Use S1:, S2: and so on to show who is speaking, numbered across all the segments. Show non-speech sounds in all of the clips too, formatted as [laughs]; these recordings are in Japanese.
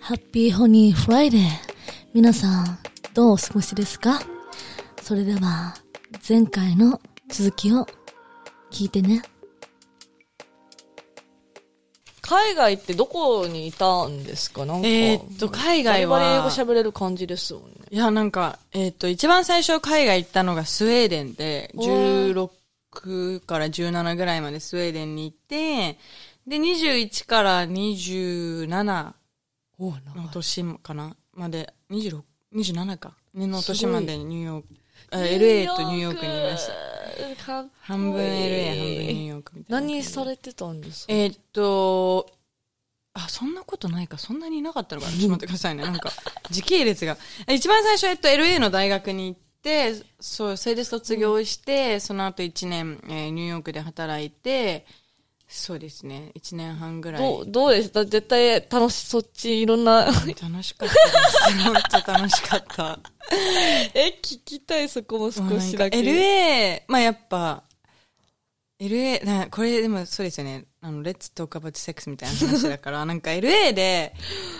S1: ハッピーホニーフライデー。皆さん、どうお過ごしですかそれでは、前回の続きを聞いてね。
S2: 海外ってどこにいたんですかなんか。
S3: えーっと海外
S2: バ
S3: は
S2: リバリ英語喋れる感じですもんね。
S3: いや、なんか、えーっと、一番最初海外行ったのがスウェーデンで、
S2: おー
S3: 16から17ぐらいまでスウェーデンに行って、で、21から27
S2: おお
S3: の年かなまで、26、27か。の年までニューヨーク、あ LA とニューヨークにいました。
S2: た。かっこいい
S3: 半分 LA、半分ニューヨークみたいな。
S2: 何されてたんですか
S3: えーっと、あ、そんなことないか。そんなにいな
S2: [laughs]
S3: かったのかな。ちょっと待ってくださいね。なんか、時系列が。一番最初、えっと、LA の大学に行って、そう、それで卒業して、その後1年、えーニューヨークで働いて、そうですね。1年半ぐらい。
S2: どう、どうでした絶対楽し、そっちいろんな。 [laughs]
S3: 楽しかったです。め [laughs] っちゃ楽しかった。
S2: え、聞きたい、そこも
S3: もう
S2: 少
S3: なん
S2: し
S3: か
S2: だけ。
S3: LA、まあやっぱ、LA、なこれでもそうですよね。あの、Let's Talk About Sex みたいな話だから、 [laughs] なんか LA で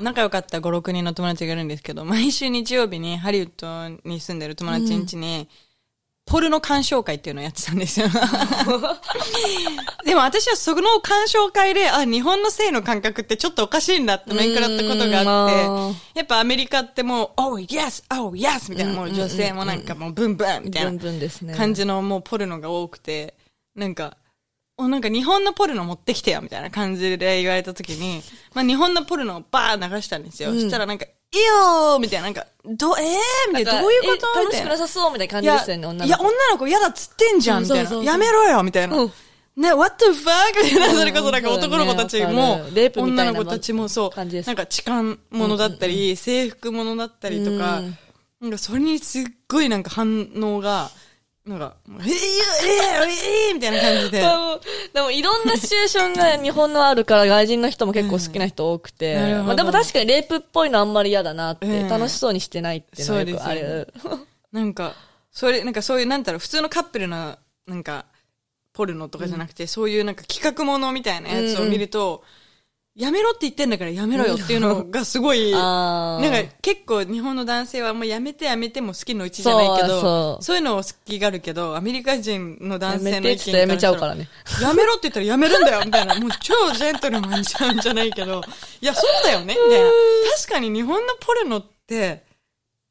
S3: 仲良かった5、6人の友達がいるんですけど、毎週日曜日にハリウッドに住んでる友達ん家に、ポルノ鑑賞会っていうのをやってたんですよ。 [laughs] でも私はその鑑賞会で、あ、日本の性の感覚ってちょっとおかしいんだって面食らったことが
S2: うん
S3: あ
S2: ま
S3: って、やっぱアメリカってもう、oh yes, oh yes みたいな、もう女性もなんかもうブンブンみたい
S2: 全
S3: な
S2: 分ですね。
S3: 感じのもうポルノが多くて、なんか、お、なんか日本のポルノ持ってきてよみたいな感じで言われた時に、
S2: [laughs]
S3: まあ日本のポルノをバー流したんですよ。そしたらなんか、いいよーみたいな、なんか、ど、えーみたい
S2: なん
S3: な、
S2: か
S3: どういうこと
S2: え
S3: み
S2: 楽
S3: た
S2: し
S3: い
S2: く
S3: な
S2: な。さそうみたいな感じでしたよね、女
S3: い
S2: の
S3: や、
S2: 子。
S3: 女の子嫌だっつってんじゃん、みたい
S2: そうそうそう
S3: な。やめろよ、みたいな
S2: うん。
S3: ね、what the fuck? みたいな、
S2: うん
S3: それこそなんか
S2: そうだね
S3: 男の子たち
S2: わ
S3: も
S2: かる、レイプみたいな
S3: 女の子たちもそう、
S2: 感じです
S3: なんか痴漢ものだったり、制服ものだったりとか
S2: うん、
S3: なんかそれにすっごいなんか反応が、なんか、えー、えー、えー、えー、みたいな感じで。
S2: でも、 [laughs] でもいろんなシチュエーションが日本のあるから外人の人も結構好きな人多くて。
S3: うんなるほど
S2: まあでも確かにレイプっぽいのあんまり嫌だなって、
S3: うん
S2: 楽しそうにしてないっていうのはよくあ
S3: そう
S2: る。
S3: なんか、それ、なんかそういう、なんだろう、普通のカップルの、なんか、ポルノとかじゃなくて、そういうなんか企画ものみたいなやつを見ると、やめろって言ってんだからやめろよっていうのがすごい、
S2: あー
S3: なんか結構日本の男性はもうやめてやめても好きのうちじゃないけ
S2: そう
S3: ど、
S2: そ
S3: そうういうのを好きがあるけど、アメリカ人の
S2: や
S3: 男
S2: め
S3: 性の
S2: て
S3: 意
S2: って
S3: 見
S2: ちょっとやめちゃうからね。
S3: ら。やめろって言ったらやめるんだよみたいな。もう超ジェントルマンちゃうんじゃないけど、いや、そうだよねみたいな。確かに日本のポルノって、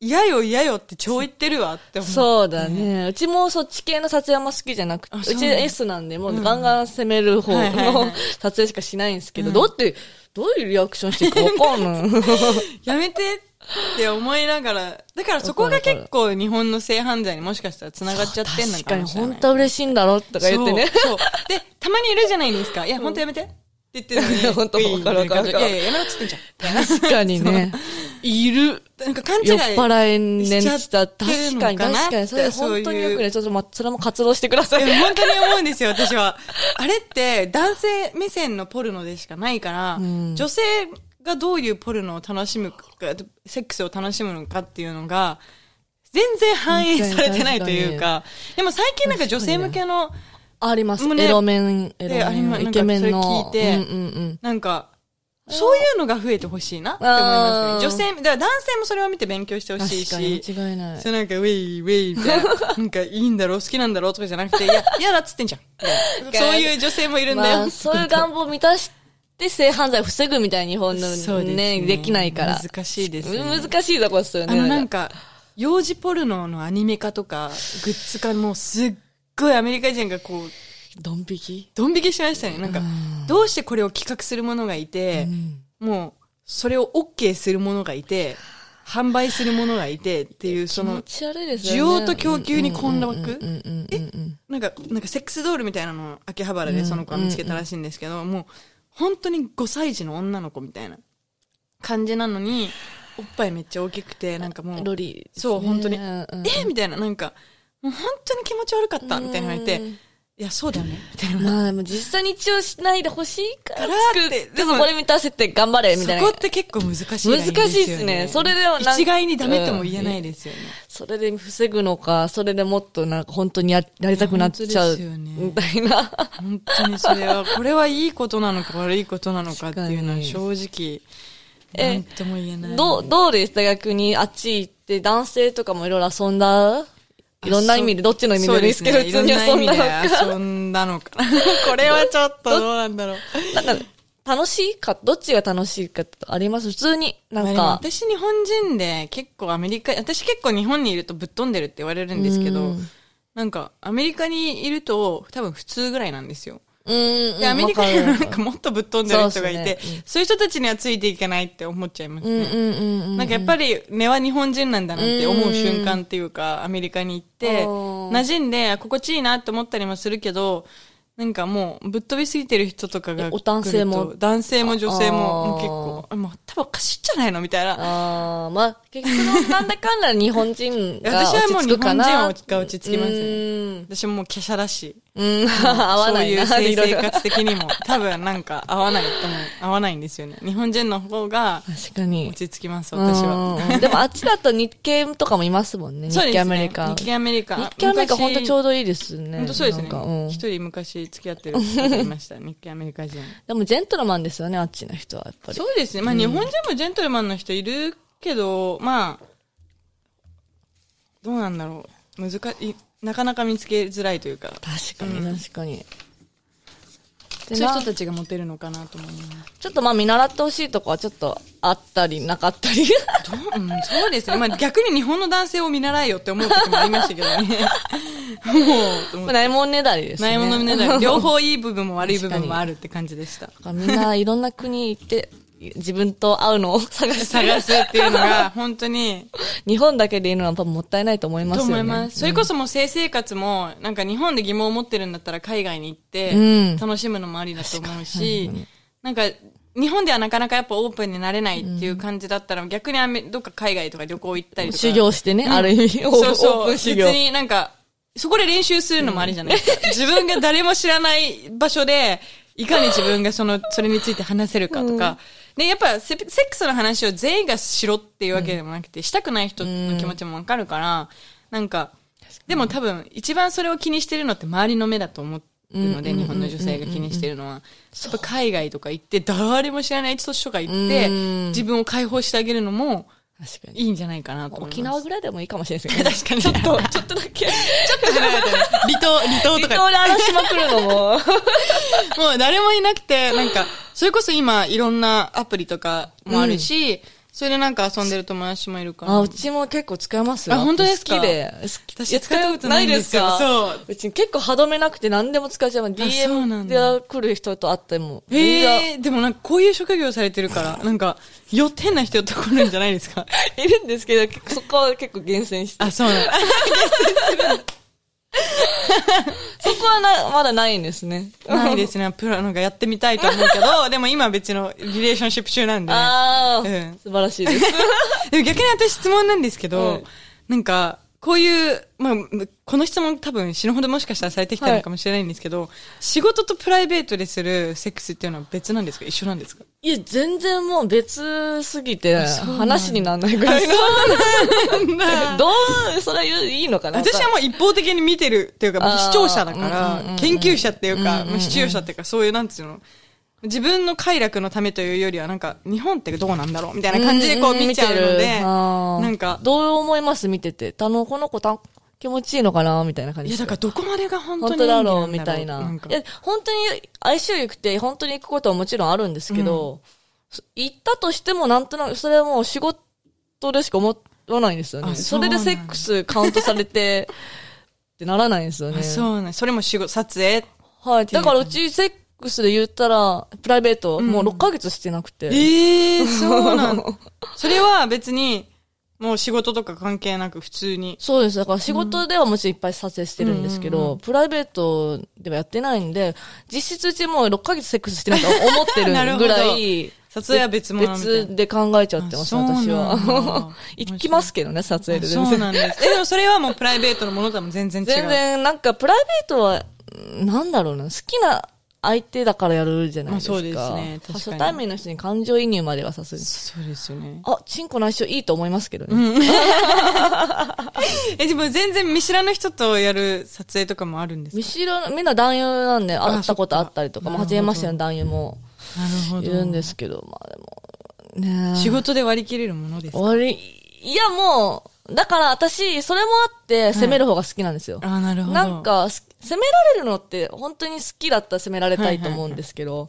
S3: 嫌よ嫌よって超言ってるわって思う。
S2: そうだね。うちもそっち系の撮影あんま好きじゃなくて、う
S3: あそう
S2: ち
S3: なの
S2: S なんで、もうガンガン攻める方
S3: はいはいは
S2: の
S3: い
S2: 撮影しかしないんですけど、どうって、どういうリアクションしていいかわかんない。
S3: [laughs] やめてって思いながら、だからそこが結構日本の性犯罪にもしかしたら繋がっちゃってんの
S2: 確
S3: か
S2: かに、
S3: もしれない。
S2: 本当は嬉しいんだろとか言ってね。
S3: そう。そうで、たまにいるじゃないですか。いや、本当やめて。って言ってるの
S2: いや
S3: に。
S2: [laughs] 本当わかるわかるわかる
S3: いやいや、やめろっつってんじゃん。
S2: 確かにね。いる。
S3: なんか勘違い。
S2: 酔っ払いねんちた。
S3: しちゃって
S2: 確
S3: るの
S2: かに、
S3: かな
S2: 確かに。それ
S3: ってそうい
S2: 本
S3: う
S2: 当によくね、ちょっとま、それも活動してください。
S3: いや本当に思うんですよ、私は。あれって、男性目線のポルノでしかないから、女性がどういうポルノを楽しむか、セックスを楽しむのかっていうのが、全然反映されてないというか、でも最近なんか女性向けの、
S2: あります。
S3: もうね
S2: エロメン、エ
S3: で
S2: ロ
S3: あ
S2: メ
S3: りま
S2: ン、
S3: な
S2: イ
S3: んか
S2: ケメンの。
S3: それ聞いて
S2: うんうんうん。
S3: なんか、そういうのが増えてほしいなって思い
S2: あー
S3: ますね。女性、だから男性もそれを見て勉強してほしい
S2: 確かに、
S3: し、
S2: 間違いない
S3: そ。れなんか、ウェイ、ウェイ、みたいな。なんか、いいんだろう、好きなんだろうとかじゃなくて、いや、嫌だっつってんじゃん。みたいなそういう女性もいるんだよ。
S2: まあ、そういう願望を満たして性犯罪を防ぐみたいな日本
S3: そ
S2: の
S3: うです
S2: ね、
S3: ね
S2: できないから。
S3: 難しいですね
S2: うん難しいとこですよね。
S3: あの、なんか、幼児ポルノのアニメ化とか、グッズ化もうすっごいアメリカ人がこう、
S2: ドン引き
S3: ドン引きしましたね。なんか、どうしてこれを企画する者がいて、もう、それを OK する者がいて、販売する者がいてっていう、そ
S2: 気持
S3: の、
S2: ち悪いです
S3: 需
S2: よね。
S3: 要と供給に混
S2: うんうんうん
S3: 乱
S2: うんうんうん
S3: なんか、なんかセックスドールみたいなのを秋葉原でその子は見つけたらしいんですけど、もう、本当に5歳児の女の子みたいな感じなのに、おっぱいめっちゃ大きくて、なんかもう、
S2: ロリですね。
S3: そう本当に
S2: んうん
S3: えみたいな、なんか、もう本当に気持ち悪かった、みたいな言われて、いや、そうだよね、みたいな。
S2: まあでも実際に一応しないでほしいから
S3: から
S2: 作っ
S3: って
S2: ちょっとこれ満たせて頑張れみたいな。
S3: そこって結構難しいラインですよ、ね。
S2: 難しいですねそれでもなんか
S3: 一概にダメとも言えないですよね。
S2: それで防ぐのか、それでもっとなんか本当にややりたくなっちゃう
S3: 本当ですよね
S2: みたいな。
S3: 本当にそれは、これはいいことなのか悪いことなのかっていうのは正直、な
S2: え
S3: ん、とも言えない。
S2: どう、どうですか逆にあっち行って男性とかもいろいろ遊んだいろんな意味で、どっちの意味でもいいですけど、
S3: そう
S2: 普通に遊んだ
S3: いろな意
S2: の
S3: 味
S2: か。
S3: で遊んだ
S2: [laughs]
S3: のかな。これはちょっとどうなんだろう。
S2: なんか、楽しいか、どっちが楽しいかってあります普通に、な
S3: まあ
S2: ん
S3: でも
S2: か。
S3: 私日本人で結構アメリカ、私結構日本にいるとぶっ飛んでるって言われるんですけ
S2: う
S3: ど
S2: ん、
S3: なんかアメリカにいると多分普通ぐらいなんですよ。
S2: うーん。
S3: で、アメリカに
S2: わか
S3: はな
S2: る
S3: んかもっとぶっ飛んでる人がい
S2: そう
S3: て
S2: っすねうん、
S3: そういう人たちにはついていけないって思っちゃいます
S2: うん
S3: ね。
S2: うんうんうん。
S3: なんかやっぱり根は日本人なんだなって思う瞬間っていうか、アメリカに行って、
S2: おー
S3: 馴染んで、あ心地いいなって思ったりもするけど、なんかもうぶっ飛びすぎてる人とかが
S2: えお男性も
S3: 来ると男性も女性も
S2: あ
S3: もう結構、あもう多分おかしいんじゃないのみたいな。
S2: ああ、まあ、結局、なんだかんだ日本人が
S3: 私はもう
S2: 落ち着くかな。
S3: 日本人は落ちが落ち着きますね
S2: うーん。
S3: 私もう華奢
S2: [laughs]
S3: だし、
S2: うん、合わないな、
S3: そういう性生
S2: ろろ
S3: 活的にも多分なんか合わないと思う。合わないんですよね。日本人の方が
S2: 確かに。
S3: 落ち着きます、私は。
S2: うん。でもあっちだと日系とかもいますもんね。日
S3: そうです
S2: 系
S3: ね
S2: アメリカ。
S3: 日系アメリカ。
S2: 日系アメリカほんとちょうどいいですね。
S3: 本当そうです
S2: なんかう
S3: ね。
S2: ん
S3: 一、人昔付き合ってる方いました。日系アメリカ人。
S2: でもジェントルマンですよね、あっちの人はやっぱり。
S3: そうですね。まあ、日本人もジェントルマンの人いるけど、まあ、どうなんだろう。難い、なかなか見つけづらいというか、
S2: 確かに、確かに。
S3: そういう人たちがモテるのかなと思います。
S2: ちょっとまあ見習ってほしいとこはちょっとあったりなかったり。
S3: うん、そうですね。まあ、逆に日本の男性を見習えよって思う時もありましたけど
S2: [laughs]
S3: ね。もう、
S2: ないもんねだりですね。
S3: ないものね
S2: [laughs]
S3: だり、両方いい部分も悪い部分
S2: 確
S3: も
S2: かに
S3: あるって感じでした。
S2: みんないろんな国行って、自分と合うのを探して
S3: 探すっていうのが、本当に、
S2: 日本だけでいるのはやっぱもったいないと思 [laughs] います
S3: と
S2: よね。
S3: 思います。それこそもう性生活も、なんか日本で疑問を持ってるんだったら海外に行っ
S2: うん
S3: て、楽しむのもありだと思うし、なんか、日本ではなかなかやっぱオープンになれないっていう感じだったら、逆にアメどっか海外とか旅行行ったりとか。
S2: 修行してね、ある意味、オー
S3: [laughs] そうそう
S2: オープン修行
S3: 別。になんか、そこで練習するのもありじゃないですか。 [laughs] 自分が誰も知らない場所で、いかに自分がその、それについて話せるかとか。で、やっぱセ、セックスの話を全員がしろっていうわけでもなくて、したくない人の気持ちもわかるから、なんか、でも多分、一番それを気にしてるのって周りの目だと思うので、日本の女性が気にしてるのは。やっぱ海外とか行って、誰も知らない人とか行って
S2: うん、
S3: 自分を解放してあげるのも
S2: 確かに。
S3: いいんじゃないかなと思います。
S2: 沖縄ぐらいでもいいかもしれないです
S3: 確
S2: [laughs]
S3: かに。ちょっと、ちょっとだけ。ちょっとじゃない [laughs] 離島、離島
S2: けどね。離島
S3: とか。
S2: で話しまくるのも。
S3: もう誰もいなくて、なんか、それこそ今、いろんなアプリとかもあるし、それでなんか遊んでる友達もいるから。
S2: [laughs] あ、うちも結構使えますよ。
S3: あ本当ですか
S2: 好きで。好き
S3: 私
S2: いや
S3: 使ったことないんですよ
S2: 使ったことない
S3: そう
S2: ですかうち結構歯止めなくて何でも使えちゃう。
S3: そうなん
S2: DM
S3: だ
S2: で来る人と会っても。みん
S3: ええー、でもなんかこういう職業されてるから、なんか、よってんな人とこるんじゃないですか
S2: ないるんですけど、結構そこは結構厳選して。
S3: [laughs] あ、そうなの。
S2: そこはな、まだないんですね。
S3: [laughs] ないですね。プロのがやってみたいと思うけど、でも今別のリレーションシップ中なん
S2: [laughs]
S3: で。
S2: ああ、
S3: うん
S2: 素晴らしいです。
S3: で [laughs] も逆に私質問なんですけど、
S2: はい
S3: なんか、こういう、まあ、この質問多分死ぬほどもしかしたらされてきたのかもしれないんですけど、仕事とプライベートでするセックスっていうのは別なんですか一緒なんですか
S2: [laughs] いや、全然もう別すぎて、話にならないぐらいの。 [laughs] [laughs] どう、それは言ういいのかな
S3: [laughs] 私はもう一方的に見てるっていうか、
S2: あー
S3: 視聴者だか
S2: うんうんうんう
S3: ら
S2: ん、
S3: 研究者っていうか、まあ視聴者っていうか、そういうなんつうの、自分の快楽のためというよりは、なんか、日本ってどうなんだろうみたいな感じでこう見ちゃうので、な
S2: なん
S3: か、
S2: どう思います見てて。あの、この子た、気持ちいいのかなみたいな感
S3: い
S2: じで
S3: や、
S2: す
S3: だからどこまでが本当に
S2: 本
S3: いいん
S2: 当
S3: だ
S2: だ
S3: ろ
S2: ろ
S3: う
S2: うみたいな。
S3: んか
S2: いや、本当に相性良くて、本当に行くことはもちろんあるんですけど、そ行ったとしてもなんとなく、それはもう仕事でしか思わないんですよね。
S3: あ
S2: そ
S3: そうな
S2: れ
S3: んだ
S2: でセックスカウントされて、ってならないんですよね。
S3: あそうね。それも仕事、撮影。
S2: はい。だからうちセックスで言ったら、プライベート、もう6ヶ月してなくて。
S3: ええ [laughs] そう
S2: [laughs]
S3: なの。それは別に、もう仕事とか関係なく普通に。
S2: そうです。だから仕事ではもちろんいっぱい撮影してるんですけど、プライベートではやってないんで、実質うちもう6ヶ月セックスしてないと思ってる
S3: [laughs] なるほど
S2: ぐらい、
S3: 撮影は別物みたいな。
S2: 別で考えちゃってます、
S3: あそうなん
S2: 私
S3: だ [laughs]
S2: は。行きますけどね、撮影
S3: あ
S2: で全
S3: そう
S2: 然。
S3: なんです。え、でもそれはもうプライベートのものとはもう全然違う。
S2: [laughs] 全然、なんかプライベートは、うんなんだろうな、好きな相手だからやるじゃないですか。
S3: まあそうですね確かに
S2: 初対面の人に感情移入まではさすがに。
S3: そうですよね。
S2: あ、チンコの相性いいと思いますけどね。
S3: え、でも全然見知らぬ人とやる撮影とかもあるんですか
S2: 見知らみんな男優なんで、会ったことあったりとか、
S3: そっか
S2: まあ、初めましての男優も
S3: なる
S2: い
S3: ほ
S2: るんですけど、まあでも、ねえ
S3: 仕事で割り切れるものですか
S2: 終わり、いやもう、だから私、それもあって攻める方が好きなんですよ。
S3: あーなるほど。
S2: なん、か、す責められるのって本当に好きだったら責められたいと思うんですけど、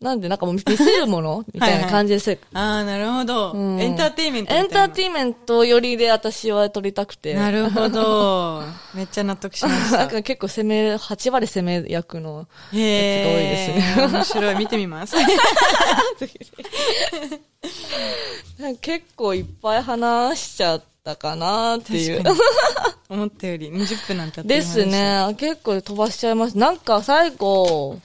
S2: なんでなんかもう見せるものみたいな感じで
S3: [laughs]
S2: せ
S3: ああ、なるほど。
S2: うん
S3: エンターテインメントみた
S2: エ
S3: い
S2: ン
S3: な。
S2: ターテインメントよりで私は撮りたくて。
S3: なるほど。めっちゃ納得しました。
S2: [laughs] なんか結構攻め、8割攻め役の。
S3: へ
S2: やつ
S3: え。面白い。見てみ [laughs] ます。
S2: なんか結構いっぱい話しちゃったかなっていう
S3: 確。かに思ったより20分なんてあっという間
S2: で
S3: し
S2: す。ね。結構飛ばしちゃいます。なんか最後、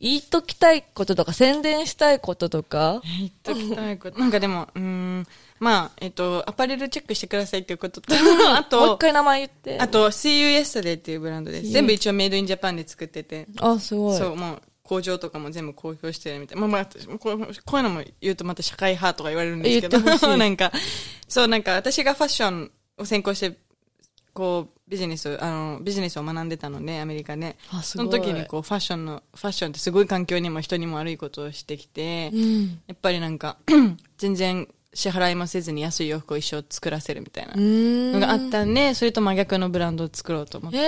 S2: 言いときたいこととか、宣伝したいこととか。
S3: 言っときたいこと。なんかでも、うーん。まあ、えっと、アパレルチェックしてくださいっていうこと [laughs] と、あ
S2: もう一
S3: と、
S2: 回名前言って。
S3: あと、See You Yesterday っていうブランドです。全部一応メイドインジャパンで作ってて。
S2: あ、すごい。
S3: そう、もう、工場とかも全部公表してるみたいな。まあまあ、こうこういうのも言うとまた社会派とか言われるんですけど
S2: 言ってほし、い
S3: なんか、そう、なんか私がファッションを専攻して、こう、ビジネス、あの、ビジネスを学んでたので、アメリカで。
S2: あす
S3: そ
S2: ごい
S3: の時にこう、ファッションの、ファッションってすごい環境にも人にも悪いことをしてきて、
S2: うん。
S3: やっぱりなんか、 [clears throat] 全然支払いもせずに安い洋服を一生作らせるみたいな。のがあったんで、それと真逆のブランドを作ろうと思って、
S2: へ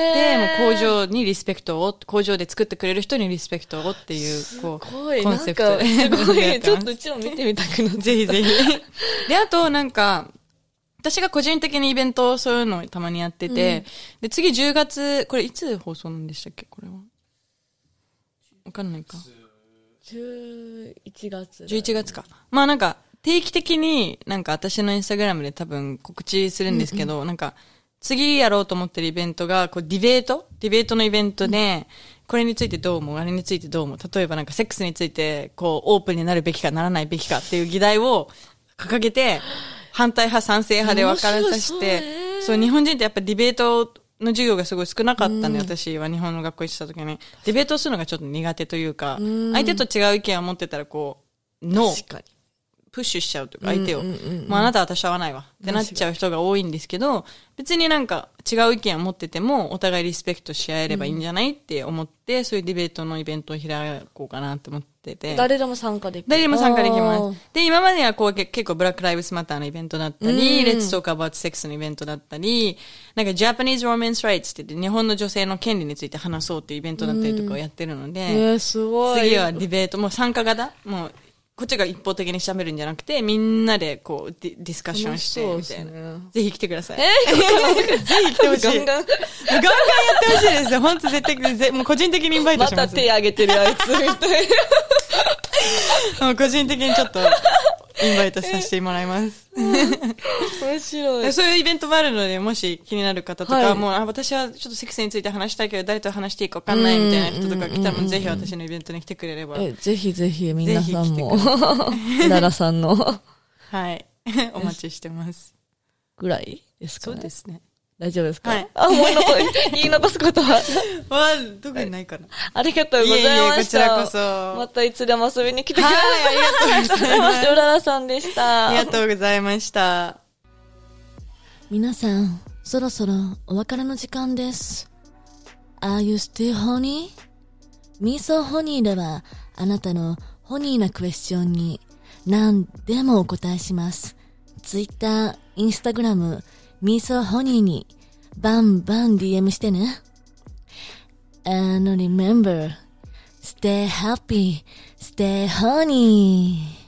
S2: ー
S3: もう工場にリスペクトを、工場で作ってくれる人にリスペクトをっていう、こう、
S2: すごい、
S3: コ
S2: なん
S3: ン
S2: か、
S3: セ
S2: す
S3: プト
S2: ご
S3: で
S2: い、ちょっと
S3: ぜ
S2: うちも見てみたくなっ
S3: ひぜひ。で、あとなんか、私が個人的にイベントをそういうのをたまにやってて、で、次10月、これいつ放送なんでしたっけこれは。わかんないか。
S2: た。11月。
S3: 11月か。まあなんか、定期的になんか私のインスタグラムで多分告知するんですけど、なんか、次やろうと思ってるイベントが、こう、ディベートディベートのイベントで、これについてどう思うあれについてどう思う例えばなんかセックスについて、こう、オープンになるべきかならないべきかっていう議題を掲げて、反対派、賛成派で分からさせ
S2: 面白いそうね
S3: て、そう、日本人ってやっぱディベートの授業がすごい少なかったんで、私は日本の学校行ってた時に、ディベートするのがちょっと苦手というか、相手と違う意見を持ってたら、こう、ノー
S2: 確、かに。
S3: プッシュしちゃうというか、相手を、
S2: うんうんうんうん
S3: もうあなたは私は合わないわってなっちゃう人が多いんですけど、別になんか違う意見を持ってても、お互いリスペクトし合えればいいんじゃないって思って、そういうディベートのイベントを開こうかなって思ってて。
S2: 誰でも参加できる。
S3: 誰にも参加でき
S2: あ
S3: ま
S2: ー
S3: す。で、今まではこうけ結構ブラックライブスマターのイベントだったり、
S2: うん
S3: レッツトークアバーツセックスのイベントだったり、なんかジャパニーズ・ロメンス・ライツって言って日本の女性の権利について話そうっていうイベントだったりとかをやってるので、
S2: えー、すごい。
S3: 次はディベート、もう参加型もう、こっちが一方的に喋るんじゃなくて、みんなでこう、ディディスカッションして、
S2: 楽
S3: み
S2: したそう
S3: い
S2: で
S3: な、
S2: すね
S3: ぜひ来てください。
S2: えー、
S3: [laughs] ぜひ来てほしい。
S2: ガ
S3: も
S2: ン
S3: うガンガ
S2: ガ
S3: ンや [laughs]
S2: ン。
S3: ってほしいですよ。本当絶対、ぜもう個人的にインバイト
S2: ま
S3: しま
S2: た
S3: す。
S2: 手挙げてるあいつみたいな。
S3: もう個人的にちょっと、インバイトさせてもらいます。
S2: 面白い。
S3: そういうイベントもあるので、もし気になる方とか、
S2: はい
S3: もうあ私はちょっとセックスについて話したいけど、誰と話していいか分かんないみたいな人とか来たら、もうぜひ私のイベントに来てくれれば、
S2: え、ぜひぜひ皆さんも
S3: ぜ、
S2: 奈良さんの
S3: はい。 [laughs] お待ちしてます。
S2: ぐらいですか
S3: そうで
S2: ね。
S3: すね。
S2: 大丈夫ですか
S3: はい
S2: あ、もう残言い残すことは。
S3: わあ、特にないかな。
S2: ありがとうございました。
S3: いえいえこちらこそ
S2: またいつでも遊びに来てください。
S3: はい、ありがとうござい
S2: ま
S3: ま
S2: し
S3: す。
S2: て、うららさんでした。
S3: [laughs] ありがとうございました。
S1: 皆さん、そろそろお別れの時間です。Are you still honey?Me so honey では、あなたのホニーなクエスチョンに何でもお答えします。Twitter、Instagram、Me so honey にバンバン DM してね。And remember, stay happy, stay honey.